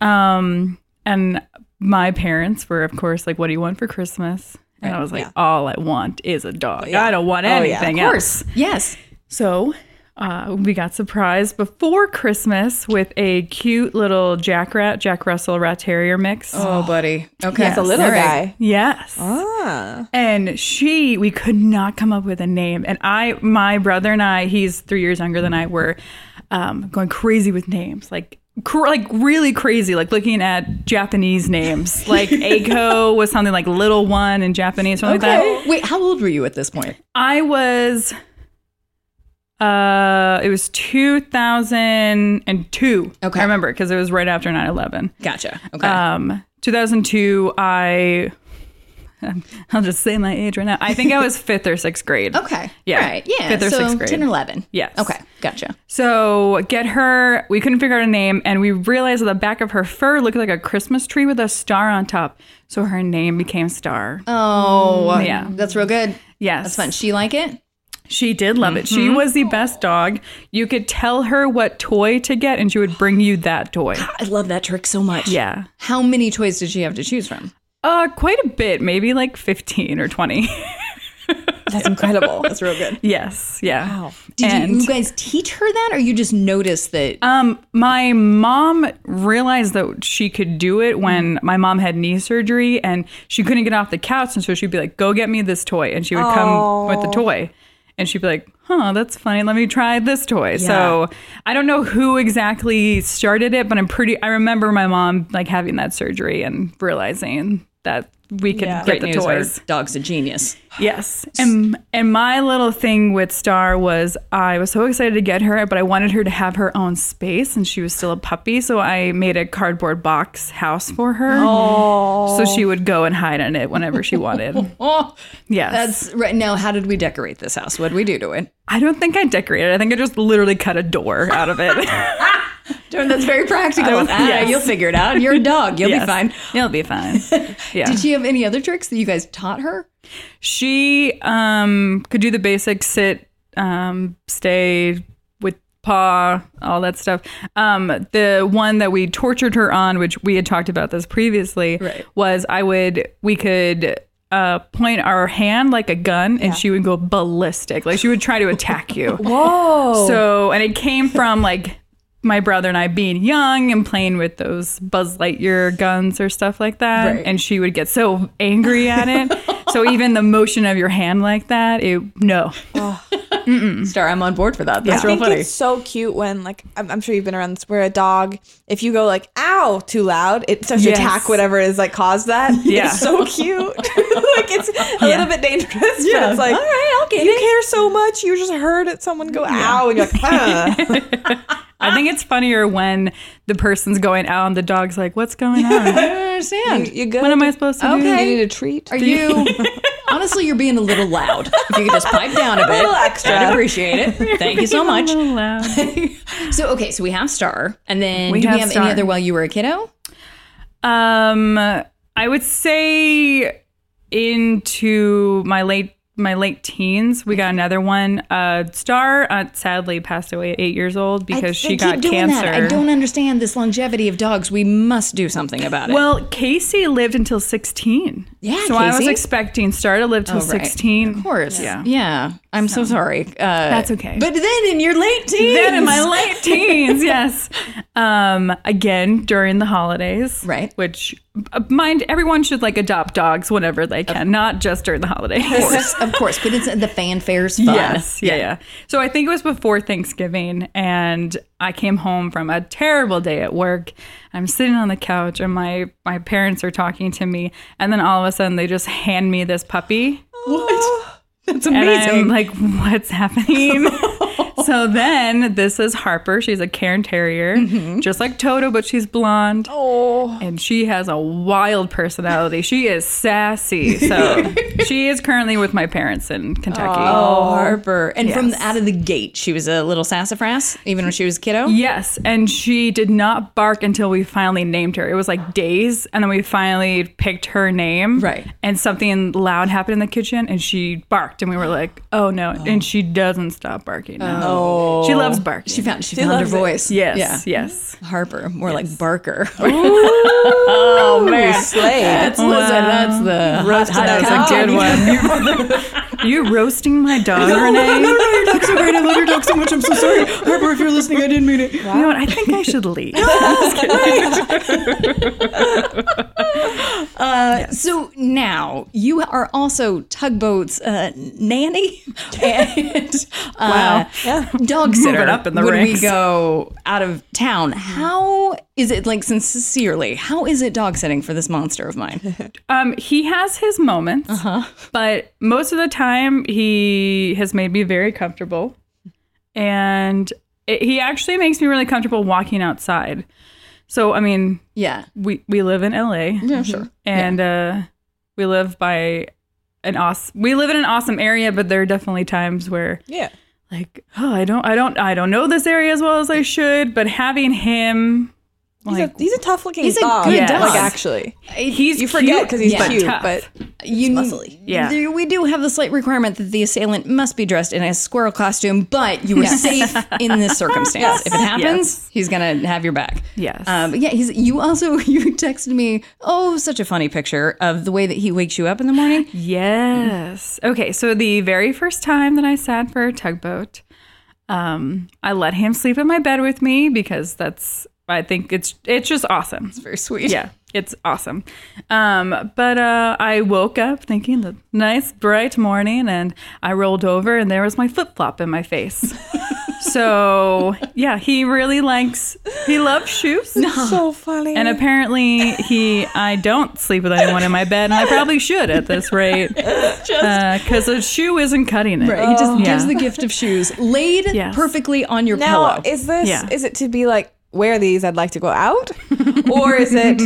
S10: Um, and my parents were, of course, like, What do you want for Christmas? And I was like, All I want is a dog. I don't want anything
S3: Oh, Of
S10: else.
S3: course. Yes.
S10: So uh, we got surprised before Christmas with a cute little Jack Rat, Jack Russell Rat Terrier mix.
S3: Oh, buddy. Okay.
S4: That's a little
S3: All right.
S4: guy.
S10: Yes.
S4: Ah.
S10: And she, we could not come up with a name. And I, my brother and I, he's three years younger than I, were um, going crazy with names, like cr- like really crazy, like looking at Japanese names. Like Aiko was something like Little One in Japanese, something like that.
S3: Okay. Wait, how old were you at this point?
S10: I was, uh, it was 2002.
S3: Okay.
S10: I remember because it was right after 9 11.
S3: Gotcha. Okay.
S10: Um, 2002, I I'll just say my age right now. I think I was fifth or sixth grade.
S3: Okay.
S10: Yeah.
S3: All right. Yeah.
S10: Fifth or
S3: so
S10: sixth grade.
S3: 10 or 11.
S10: Yes.
S3: Okay. Gotcha.
S10: So get her. We couldn't figure out a name, and we realized that the back of her fur looked like a Christmas tree with a star on top. So her name became Star.
S3: Oh,
S10: yeah.
S3: That's real good.
S10: yes,
S3: That's fun. Mm-hmm. She like it?
S10: She did love it. She was the best dog. You could tell her what toy to get, and she would bring you that toy.
S3: I love that trick so much.
S10: Yeah,
S3: How many toys did she have to choose from?
S10: uh, quite a bit, maybe like fifteen or twenty.
S4: That's incredible. That's real good.
S10: yes, yeah.
S3: Did
S10: And-
S3: you, you guys teach her that or you just noticed that?
S10: Um, my mom realized that she could do it when
S4: Mm.
S10: my mom had knee surgery and she couldn't get off the couch. And so she'd be like, go get me this toy. And she would come with the toy. And she'd be like, huh, that's funny. Let me try this toy. So I don't know who exactly started it, but I'm pretty, I remember my mom like having that surgery and realizing that we could get the
S3: news, our
S10: toys.
S3: Dog's a genius.
S10: Yes. And and my little thing with Star was I was so excited to get her, but I wanted her to have her own space and she was still a puppy, so I made a cardboard box house for her. So she would go and hide in it whenever she wanted.
S3: Oh,
S10: Yes.
S3: that's right. Now, how did we decorate this house? What did we do to it?
S10: I don't think I decorated. it. I think I just literally cut a door out of it.
S3: That's very practical.
S10: don't-
S3: Ah,
S10: yes.
S3: You'll figure it out. You're a dog. You'll be
S10: Yes.
S3: fine.
S10: It'll be fine. Yeah.
S3: Did she have any other tricks that you guys taught her?
S10: She um could do the basic sit, um, stay with paw, all that stuff. Um, the one that we tortured her on, which we had talked about this previously,
S3: Right.
S10: was I would we could uh, point our hand like a gun, and she would go ballistic. Like she would try to attack you. Whoa! So, and it came from like my brother and I being young and playing with those Buzz Lightyear guns or stuff like that. And she would get so angry at it. so even the motion of your hand like that, it no. Mm.
S3: Star, I'm on board for that. That's
S4: I
S3: real
S4: think
S3: funny.
S4: it's so cute when, like, I'm, I'm sure you've been around this, where a dog, if you go like "ow" too loud, it starts
S10: Yes.
S4: to attack whatever is like caused that.
S10: Yeah.
S4: it's so cute. like it's a little bit dangerous, but it's like, all right, I'll get you care so much, you just heard it, someone go "ow," and you're like, "Ah, huh.
S10: I think it's funnier when the person's going out and the dog's like, What's going on?
S3: I don't understand.
S4: you good?
S10: What am I supposed to do?
S3: Okay.
S4: You need a treat.
S3: Are you? Honestly, you're being a little loud. If you could just pipe down a bit,
S4: little extra.
S3: I'd appreciate it. Thank you so much.
S10: A little loud.
S3: So, okay, so we have Star, and then
S10: We
S3: do we
S10: have
S3: have
S10: Star.
S3: any other while you were a kiddo?
S10: Um, I would say into my late my late teens, we got another one. Uh, Star uh, sadly passed away at eight years old because she
S3: They
S10: got
S3: keep doing
S10: cancer.
S3: That. I don't understand this longevity of dogs. We must do something about it.
S10: Well, Casey lived until sixteen.
S3: Yeah,
S10: so I was
S3: Casey.
S10: expecting Star to live till
S3: Oh, right.
S10: sixteen.
S3: of course.
S10: Yeah.
S3: Yeah, I'm so sorry. Uh,
S10: That's okay.
S3: But then in your late teens,
S10: then in my late teens, yes. Um, again during the holidays,
S3: Right.
S10: Which uh, mind everyone should like adopt dogs whenever they can, not just during the holidays.
S3: of course, of course. But it's uh, the fanfare's fun.
S10: Yes, yeah, yeah, So I think it was before Thanksgiving, and I came home from a terrible day at work. I'm sitting on the couch, and my my parents are talking to me, and then all of a sudden they just hand me this puppy,
S3: What? That's
S10: and I'm
S3: amazing.
S10: like, "What's happening?" so then this is Harper. She's a Cairn Terrier,
S3: Mm-hmm.
S10: just like Toto, but she's blonde. Oh, and she has a wild personality. She is sassy. So she is currently with my parents in Kentucky.
S3: Oh, Harper. And from
S10: Yes.
S3: out of the gate, she was a little sassafras, even when she was a kiddo.
S10: Yes, and she did not bark until we finally named her. It was like days, and then we finally picked her name.
S3: Right.
S10: And something loud happened in the kitchen, and she barked, and we were like, "Oh no!" And she doesn't stop barking. No. she loves barking.
S3: Oh. She found she, found her voice.
S10: yes,
S3: Yeah.
S10: yes.
S3: Harper, more like Barker. oh man, That's, listen, that's the roasted. That's
S10: That's a good one. You're roasting my dog, Renee.
S3: your dog's so great. I love your dog so much. I'm so sorry, Harper. If you're listening, I didn't mean it.
S10: You know what? I think I should leave.
S3: Uh, So now you are also tugboats uh, nanny and uh, dog sitter.
S10: Moving up in the
S3: when we
S10: ranks.
S3: go out of town, how is it like sincerely? How is it dog sitting for this monster of mine?
S10: Um, he has his moments,
S4: Uh-huh.
S10: but most of the time he has made me very comfortable, and it, he actually makes me really comfortable walking outside. So I mean,
S3: Yeah,
S10: we we live in LA,
S3: yeah, sure.
S10: and uh, we live by an awesome. We live in an awesome area, but there are definitely times where
S4: Yeah.
S10: like oh I don't I don't I don't know this area as well as I should. But having him
S4: He's,
S10: like
S4: a, he's a tough looking
S3: He's a
S4: dog.
S3: good
S10: Yes. dog.
S4: Like actually,
S10: he's
S4: you forget
S10: cute,
S4: because he's
S10: but
S4: cute,
S10: tough.
S4: but
S3: you
S7: muscly.
S10: Yeah.
S3: there- we do have the slight requirement that the assailant must be dressed in a squirrel costume, but you are safe in this circumstance. If it happens, he's gonna have your back.
S10: Yes.
S3: Um, but yeah. He's. You also you texted me. Oh, such a funny picture of the way that he wakes you up in the morning.
S10: Yes. Okay. So the very first time that I sat for a tugboat, um, I let him sleep in my bed with me because that's I think it's it's just awesome. It's
S3: Very sweet.
S10: yeah, it's awesome. Um, but uh, I woke up thinking the nice bright morning, and I rolled over, and there was my flip flop in my face. so yeah, he really likes he loves shoes.
S4: so funny.
S10: And apparently he, I don't sleep with anyone in my bed, and I probably should at this rate, because a shoe isn't cutting it.
S3: He just
S10: Yeah.
S3: gives the gift of shoes laid
S10: Yes.
S3: perfectly on your
S4: now
S3: pillow.
S4: is this
S10: Yeah.
S4: is it to be like wear these? I'd like to go out, or is it?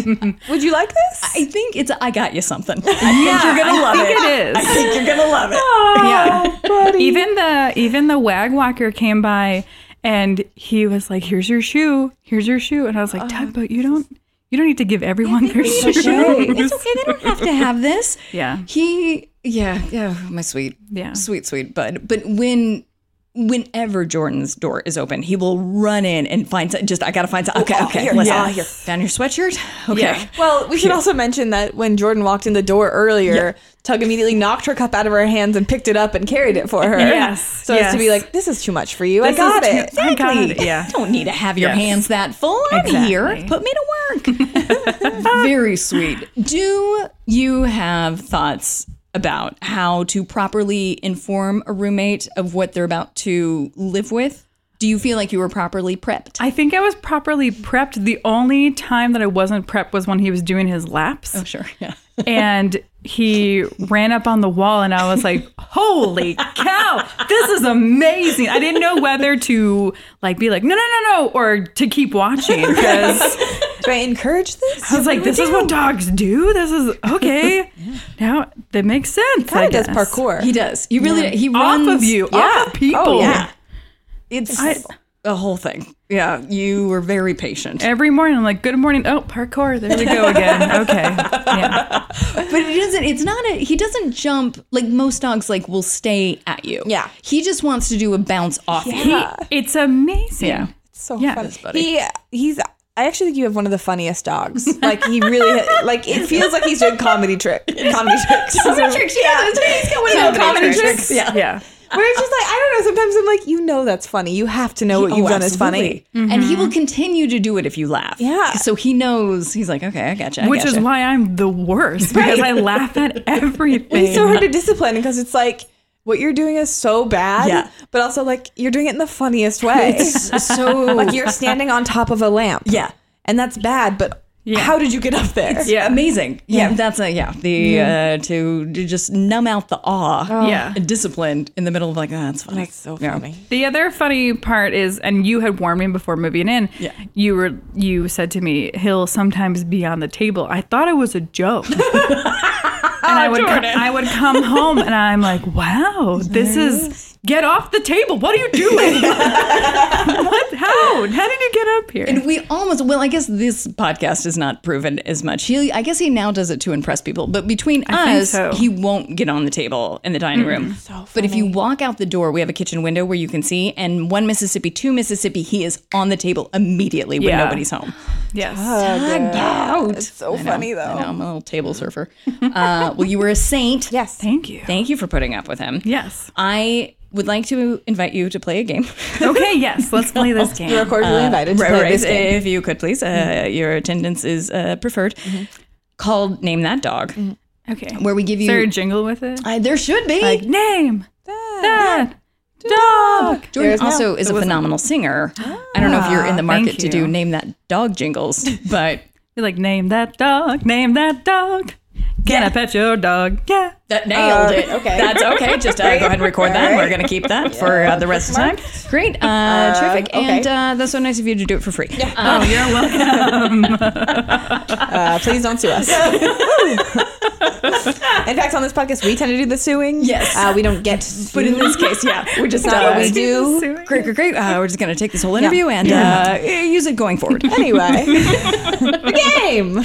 S4: Would you like this?
S3: I think it's. I got you something. yeah.
S10: you're gonna love it. it is. Ah, I think you're gonna love it. yeah. Even the even the wag walker came by, and he was like, "Here's your shoe. Here's your shoe." And I was like, "Tugboat, you don't you don't need to Oh, give everyone their shoes."
S3: It's okay. They don't have to have this.
S10: Yeah.
S3: He. Yeah. Yeah. My sweet.
S10: Yeah.
S3: Sweet, sweet bud. But when. Whenever Jordan's door is open, he will run in and find some, just I gotta find some. Okay, okay,
S4: here,
S3: listen.
S4: ah, here.
S3: Found your sweatshirt. Okay,
S10: Yeah.
S4: Well, we should also mention that when Jordan walked in the door earlier, Tug immediately knocked her cup out of her hands and picked it up and carried it for her.
S10: Yes,
S4: So as to be
S10: yes.
S4: like, this is too much for you. I
S10: This
S4: got
S10: is
S4: it.
S10: too- I got it, yeah.
S3: don't need to have your
S10: Yes.
S3: hands that full. I'm here.
S10: Exactly.
S3: Put me to work. Very sweet. Do you have thoughts about how to properly inform a roommate of what they're about to live with? Do you feel like you were properly prepped?
S10: I think I was properly prepped. The only time that I wasn't prepped was when he was doing his laps.
S3: Oh, sure. Yeah.
S10: and he ran up on the wall and I was like, "Holy cow. This is amazing." I didn't know whether to like be like, "No, no, no, no," or to keep watching because
S4: Do I encourage this?
S10: I was like, "This is what dogs do. This is okay." Now that makes sense. I
S4: Kind of does
S10: guess.
S4: parkour.
S3: He does. He really he
S10: Off
S3: runs
S10: of you, off of people.
S4: Oh, yeah.
S3: It's
S10: I-
S3: the whole thing. Yeah, you were very patient.
S10: Every morning, I'm like, "Good morning." Oh, parkour. There we go again. Okay. Yeah.
S3: But it isn't. It's not a. He doesn't jump like most dogs. Like will stay at you.
S4: Yeah.
S3: He just wants to do a bounce off you.
S10: He, it's amazing.
S3: Yeah.
S4: So
S10: Yeah.
S4: funny.
S10: That's
S4: He he's I actually think you have one of the funniest dogs. Like he really like it feels like he's doing comedy trick comedy tricks. comedy tricks, yeah. He's got one of those comedy tricks. Yeah.
S10: Yeah.
S4: Where it's just like, I don't know, sometimes I'm like, you know that's funny. You have to know what you've
S3: Oh,
S4: done is funny.
S3: absolutely. And he will continue to do it if you laugh.
S4: Yeah.
S3: So he knows. He's like, okay, I gotcha. I
S10: Which is
S3: gotcha."
S10: why I'm the worst because I laugh at everything.
S4: It's so hard to discipline because it's like what you're doing is so bad,
S3: Yeah.
S4: but also like you're doing it in the funniest way.
S3: so
S4: like you're standing on top of a lamp.
S3: yeah.
S4: And that's bad, but how did you get up there?
S10: Yeah.
S3: Amazing. Yeah, that's a yeah. The uh, to, to just numb out the awe,
S10: Yeah.
S3: and disciplined in the middle of like, ah, that's funny. That's
S4: so funny.
S10: The other funny part is, and you had warned me before moving in.
S3: Yeah.
S10: You were you said to me, he'll sometimes be on the table. I thought it was a joke. and
S3: Oh,
S10: I would come, I would come home and I'm like, wow, this is get off the table. What are you doing? what? How? How did you get up here?
S3: And we almost well, I guess this podcast is not proven as much. He, I guess he now does it to impress people. But between
S10: think
S3: us,
S10: so.
S3: he won't get on the table in the dining room. But if you walk out the door, we have a kitchen window where you can see. And one Mississippi, two Mississippi, he is on the table immediately when
S10: Yeah.
S3: nobody's home.
S10: yes.
S3: Tug out.
S4: It's so funny though.
S3: I know, I'm a little table surfer. Uh, well, you were a saint.
S4: Yes.
S10: Thank you.
S3: Thank you for putting up with him.
S10: yes.
S3: I would like to invite you to play a game.
S10: Okay. Yes. Let's play this game.
S4: You're cordially invited to
S3: Right,
S4: play
S3: right.
S4: this game.
S3: If you could please, uh, your attendance is uh, preferred. Called name that dog,
S10: Okay.
S3: Mm-hmm. where we give
S10: Is
S3: you.
S10: there a jingle with it?
S3: I- there should be.
S10: Like name that dog.
S3: Jordan also is a phenomenal singer. I don't know if you're in the
S10: thank
S3: market to
S10: you.
S3: do name that dog jingles, but
S10: You're like, name that dog, name that dog. Can I pet your dog? Yeah.
S3: that nailed it.
S4: okay.
S3: that's uh, okay. Just uh, go ahead and record that. We're going to keep that for uh, the rest of time. Great, uh, terrific, and uh, that's so nice of you to do it for free. Um,
S10: You're welcome.
S4: Uh, please don't sue us. In fact, on this podcast, we tend to do the suing.
S3: Yes.
S4: Uh, we don't get
S3: But in this case, yeah, we're just
S4: Not
S3: uh,
S4: what we do.
S3: Great, great, great. Uh, we're just going to take this whole interview and uh, use it going forward.
S4: Anyway, the game.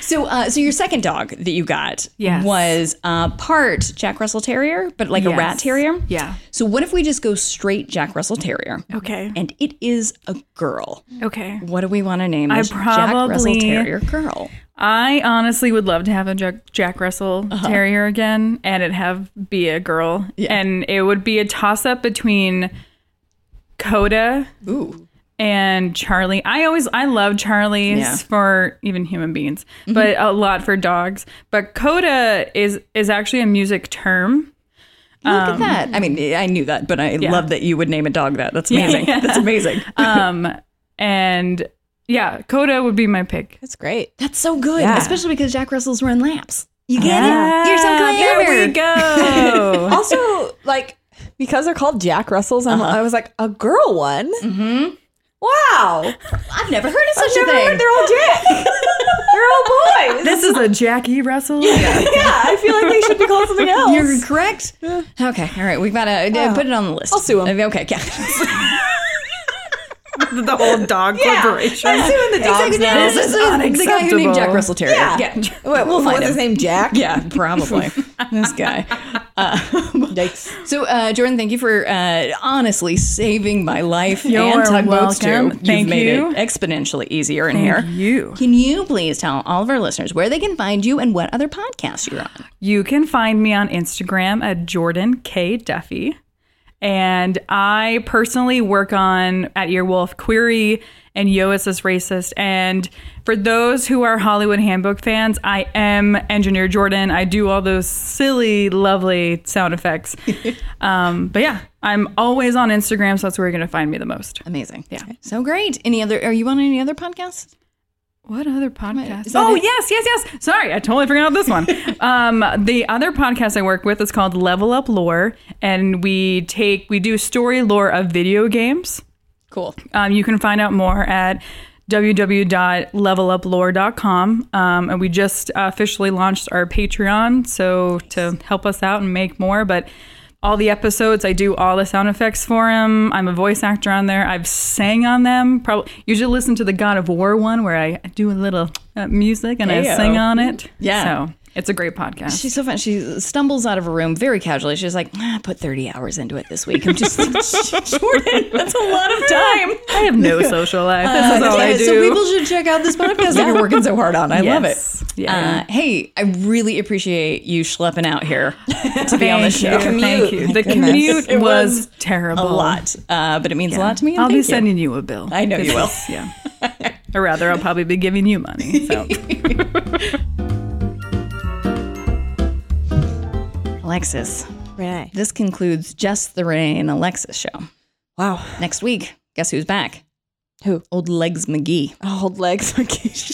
S3: So, uh, so your second dog that you got
S10: Yes.
S3: was uh, part Jack Russell Terrier, but like a rat
S10: Yes.
S3: terrier.
S10: Yeah.
S3: So, what if we just go straight Jack Russell Terrier?
S10: Okay.
S3: And it is a girl.
S10: Okay.
S3: What do we want to name
S10: I
S3: it? Jack Russell
S10: probably-
S3: Terrier girl.
S10: I honestly would love to have a Jack, Jack Russell
S3: Uh-huh.
S10: Terrier again, and it have be a girl, and it would be a toss up between Coda
S3: Ooh.
S10: and Charlie. I always I love Charlie's
S3: Yeah. Mm-hmm.
S10: for even human beings, but a lot for dogs. But Coda is is actually a music term.
S3: Look at that. I mean, I knew that, but I
S10: Yeah.
S3: love that you would name a dog that. That's amazing. That's amazing.
S10: Um, and yeah, Coda would be my pick.
S4: That's great.
S3: That's so good,
S4: Yeah.
S3: especially because Jack Russell's run laps. You get it? You're so
S10: Ah,
S3: clever.
S10: There we go.
S4: Also, like because they're called Jack Russells, I'm,
S3: Uh-huh.
S4: I was like a girl one. Mm-hmm. Wow.
S3: I've never heard of such
S4: Never
S3: a thing.
S4: heard they're all Jack. they're all boys.
S10: this is a Jackie Russell. Yeah.
S4: yeah, I feel like they should be called something else.
S3: You're correct. Okay, all right. We've got to uh, put it on the list.
S4: I'll sue 'em.
S3: Okay, yeah.
S9: the whole dog corporation.
S4: I'm suing the dogs now.
S3: This is the, the guy who named Jack
S10: unacceptable.
S3: Russell Terrier.
S4: Yeah. Wait,
S3: we'll
S4: what's
S3: find
S4: his
S3: him.
S4: name? Jack.
S3: Yeah, probably this guy. Um,
S4: Yikes.
S3: So, uh, Jordan, thank you for uh, honestly saving my life and
S10: You're
S3: tugboats
S10: welcome.
S3: too.
S10: Thank
S3: You've made
S10: you.
S3: it exponentially easier in here.
S10: You.
S3: Can you please tell all of our listeners where they can find you and what other podcasts you're on?
S10: You can find me on Instagram at Jordan K Duffy. And I personally work on at Earwolf Query and Yo Is This Racist. And for those who are Hollywood Handbook fans, I am Engineer Jordan. I do all those silly, lovely sound effects. um, but yeah, I'm always on Instagram, so that's where you're going to find me the most.
S3: Amazing. Yeah. So great. Any other? Are you on any other podcasts?
S10: What other podcast?
S3: is that
S10: Oh
S3: it?
S10: yes, yes, yes. Sorry, I totally forgot this one. um, the other podcast I work with is called Level Up Lore, and we take we do story lore of video games.
S3: Cool.
S10: Um, you can find out more at www.leveluplore.com, um, and we just officially launched our Patreon, so to help us out and make more, but. All the episodes, I do all the sound effects for them. I'm a voice actor on there. I've sang on them. Probably you should listen to the God of War one where I do a little uh, music and
S3: Heyo.
S10: I sing on it.
S3: Yeah.
S10: so it's a great podcast.
S3: She's so fun. She stumbles out of her room very casually. She's like, "Ah, I put 30 hours into it this week. I'm just like, Jordan, that's a lot of time. Uh,
S10: I have no social life. This is all I
S3: Yeah,
S10: do.
S3: So people should check out this podcast that you're working so hard on. I
S10: Yes.
S3: love it. Uh,
S10: Yeah.
S3: hey, I really appreciate you schlepping out here to be on the show.
S10: Thank you. Thank you. The
S3: goodness.
S10: commute
S3: It was
S10: was
S3: A
S10: terrible.
S3: lot, uh, but it means a lot to me. and
S10: Oh. I'll be
S3: thank you.
S10: sending you a bill.
S3: I know you
S10: This
S3: will.
S10: is- Yeah. or rather, I'll probably be giving you money. So.
S3: Alexis.
S4: Renee.
S3: This concludes just the Renee and Alexis show.
S4: Wow.
S3: Next week, guess who's back?
S4: Who?
S3: Old Legs McGee.
S4: Old legs.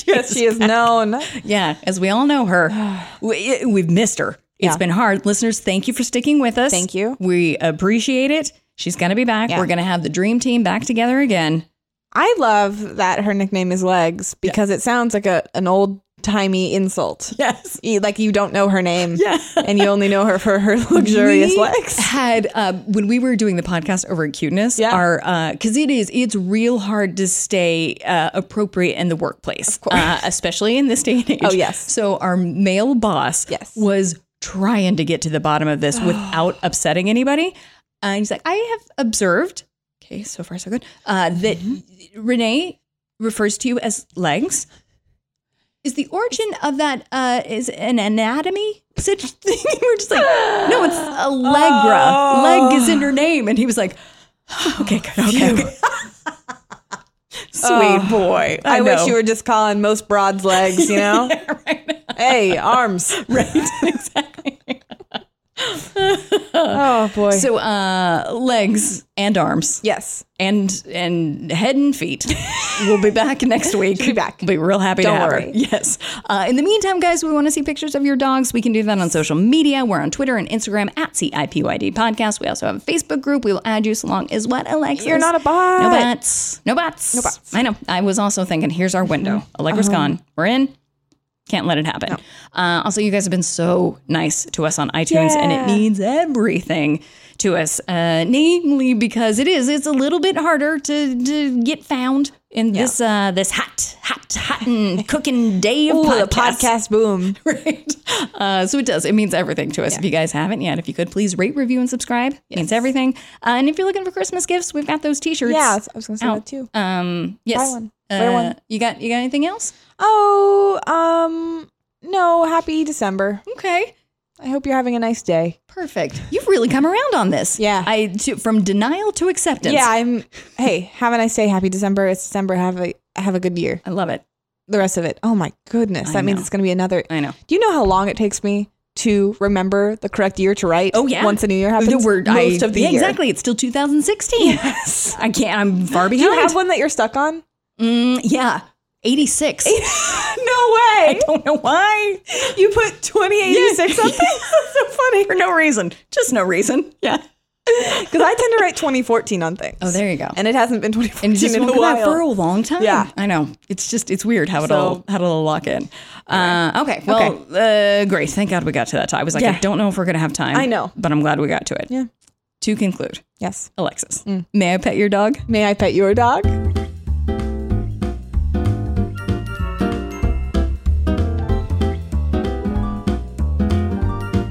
S4: yes, she is known.
S3: Yeah, as we all know her, we, we've missed her. It's
S4: Yeah.
S3: been hard. Listeners, thank you for sticking with us.
S4: Thank you.
S3: We appreciate it. She's going to be back.
S4: Yeah.
S3: We're going to have the dream team back together again.
S4: I love that her nickname is Legs because it sounds like a an old timey insult.
S3: Yes.
S4: You- Like you don't know her name. Yeah. And you only know her for her luxurious
S3: we
S4: legs.
S3: Had uh, when we were doing the podcast over at Cuteness,
S4: Yeah.
S3: our because it is it's real hard to stay uh, appropriate in the workplace, uh, especially in this day and age.
S4: Oh, yes.
S3: So our male boss,
S4: Yes.
S3: was trying to get to the bottom of this without upsetting anybody, and he's like, I have observed. Okay, so far so good. Uh, that
S4: Mm-hmm.
S3: Renee refers to you as legs. Is the origin of that uh, is an anatomy such thing? We're just like, no, it's Allegra.
S4: Oh.
S3: Leg is in her name, and he was like, okay, good, okay, okay. sweet boy. I,
S4: Oh, I, wish
S3: know.
S4: you were just calling most broads legs, you know? Hey, arms.
S3: right, exactly.
S4: Oh boy.
S3: So, uh, legs and arms,
S4: yes.
S3: and and head and feet. we'll be back next week.
S4: She'll be back.
S3: Be real happy
S4: Don't
S3: to have
S4: worry.
S3: her. Yes. Uh, in the meantime, guys, we want to see pictures of your dogs. We can do that on social media. We're on Twitter and Instagram at CIPYD Podcast. We also have a Facebook group. We will add you so long as what, Alexis?
S4: You're not a bot.
S3: No
S4: Mm-hmm. Uh-huh.
S3: bots. No bots. No bots. I know. I was also thinking, here's our window. Allegra's gone. We're in. Can't let it happen. Uh, also, you guys have been so nice to us on iTunes, and it
S4: Yeah.
S3: means everything to us. Uh, namely, because it is it's a little bit harder to, to get found in this uh, this hot, hot, hot and cooking day of
S4: Ooh, the
S3: podcasts.
S4: podcast boom.
S3: right? Uh, so it does. It means everything to us. If you guys haven't yet, if you could please rate, review, and subscribe, it means everything. Uh, and if you're looking for Christmas gifts, we've got those T-shirts.
S4: Yeah, I was- I was gonna say
S3: out.
S4: that too.
S3: Um, yes.
S4: one. Buy
S3: Uh,
S4: one.
S3: You got you got anything else?
S4: Oh, um, no. Happy December.
S3: Okay.
S4: I hope you're having a nice day.
S3: Perfect. You've really come around on this.
S4: Yeah.
S3: I to, from denial to acceptance.
S4: Yeah, I'm. Hey, have a nice day. Happy December. It's December. Have a have a good year.
S3: I love it.
S4: The rest of it. Oh my goodness,
S3: I
S4: that means
S3: know.
S4: it's going to be another.
S3: I know.
S4: Do you know how long it takes me to remember the correct year to write?
S3: Oh yeah.
S4: Once a new year happens,
S3: The word I-
S4: most of the
S3: yeah,
S4: year.
S3: Exactly. It's still 2016. Yes. I can't. I'm far
S4: Do
S3: behind.
S4: you have one that you're stuck on?
S3: Mm, yeah. 86.
S4: No way.
S3: I don't know why.
S4: You put 2086
S3: Yeah.
S4: on things. That's so funny.
S3: For no reason. Just no reason. Yeah.
S4: Because I tend to write 2014 on things.
S3: Oh, there you go.
S4: And it hasn't been
S3: and
S4: 2014
S3: it just
S4: in
S3: won't
S4: a
S3: come out
S4: while.
S3: for a long time.
S4: Yeah.
S3: I know. It's just it's weird how it'll
S4: So-
S3: how it'll lock in. Uh, okay, well, Uh, great. Thank God we got to that. time. I was like, I
S4: Yeah.
S3: don't know if we're gonna have time.
S4: I know.
S3: but I'm glad we got to it.
S4: Yeah.
S3: To conclude,
S4: yes.
S3: Alexis, may I pet your dog?
S4: May I pet your dog?
S1: MaximumFun.org.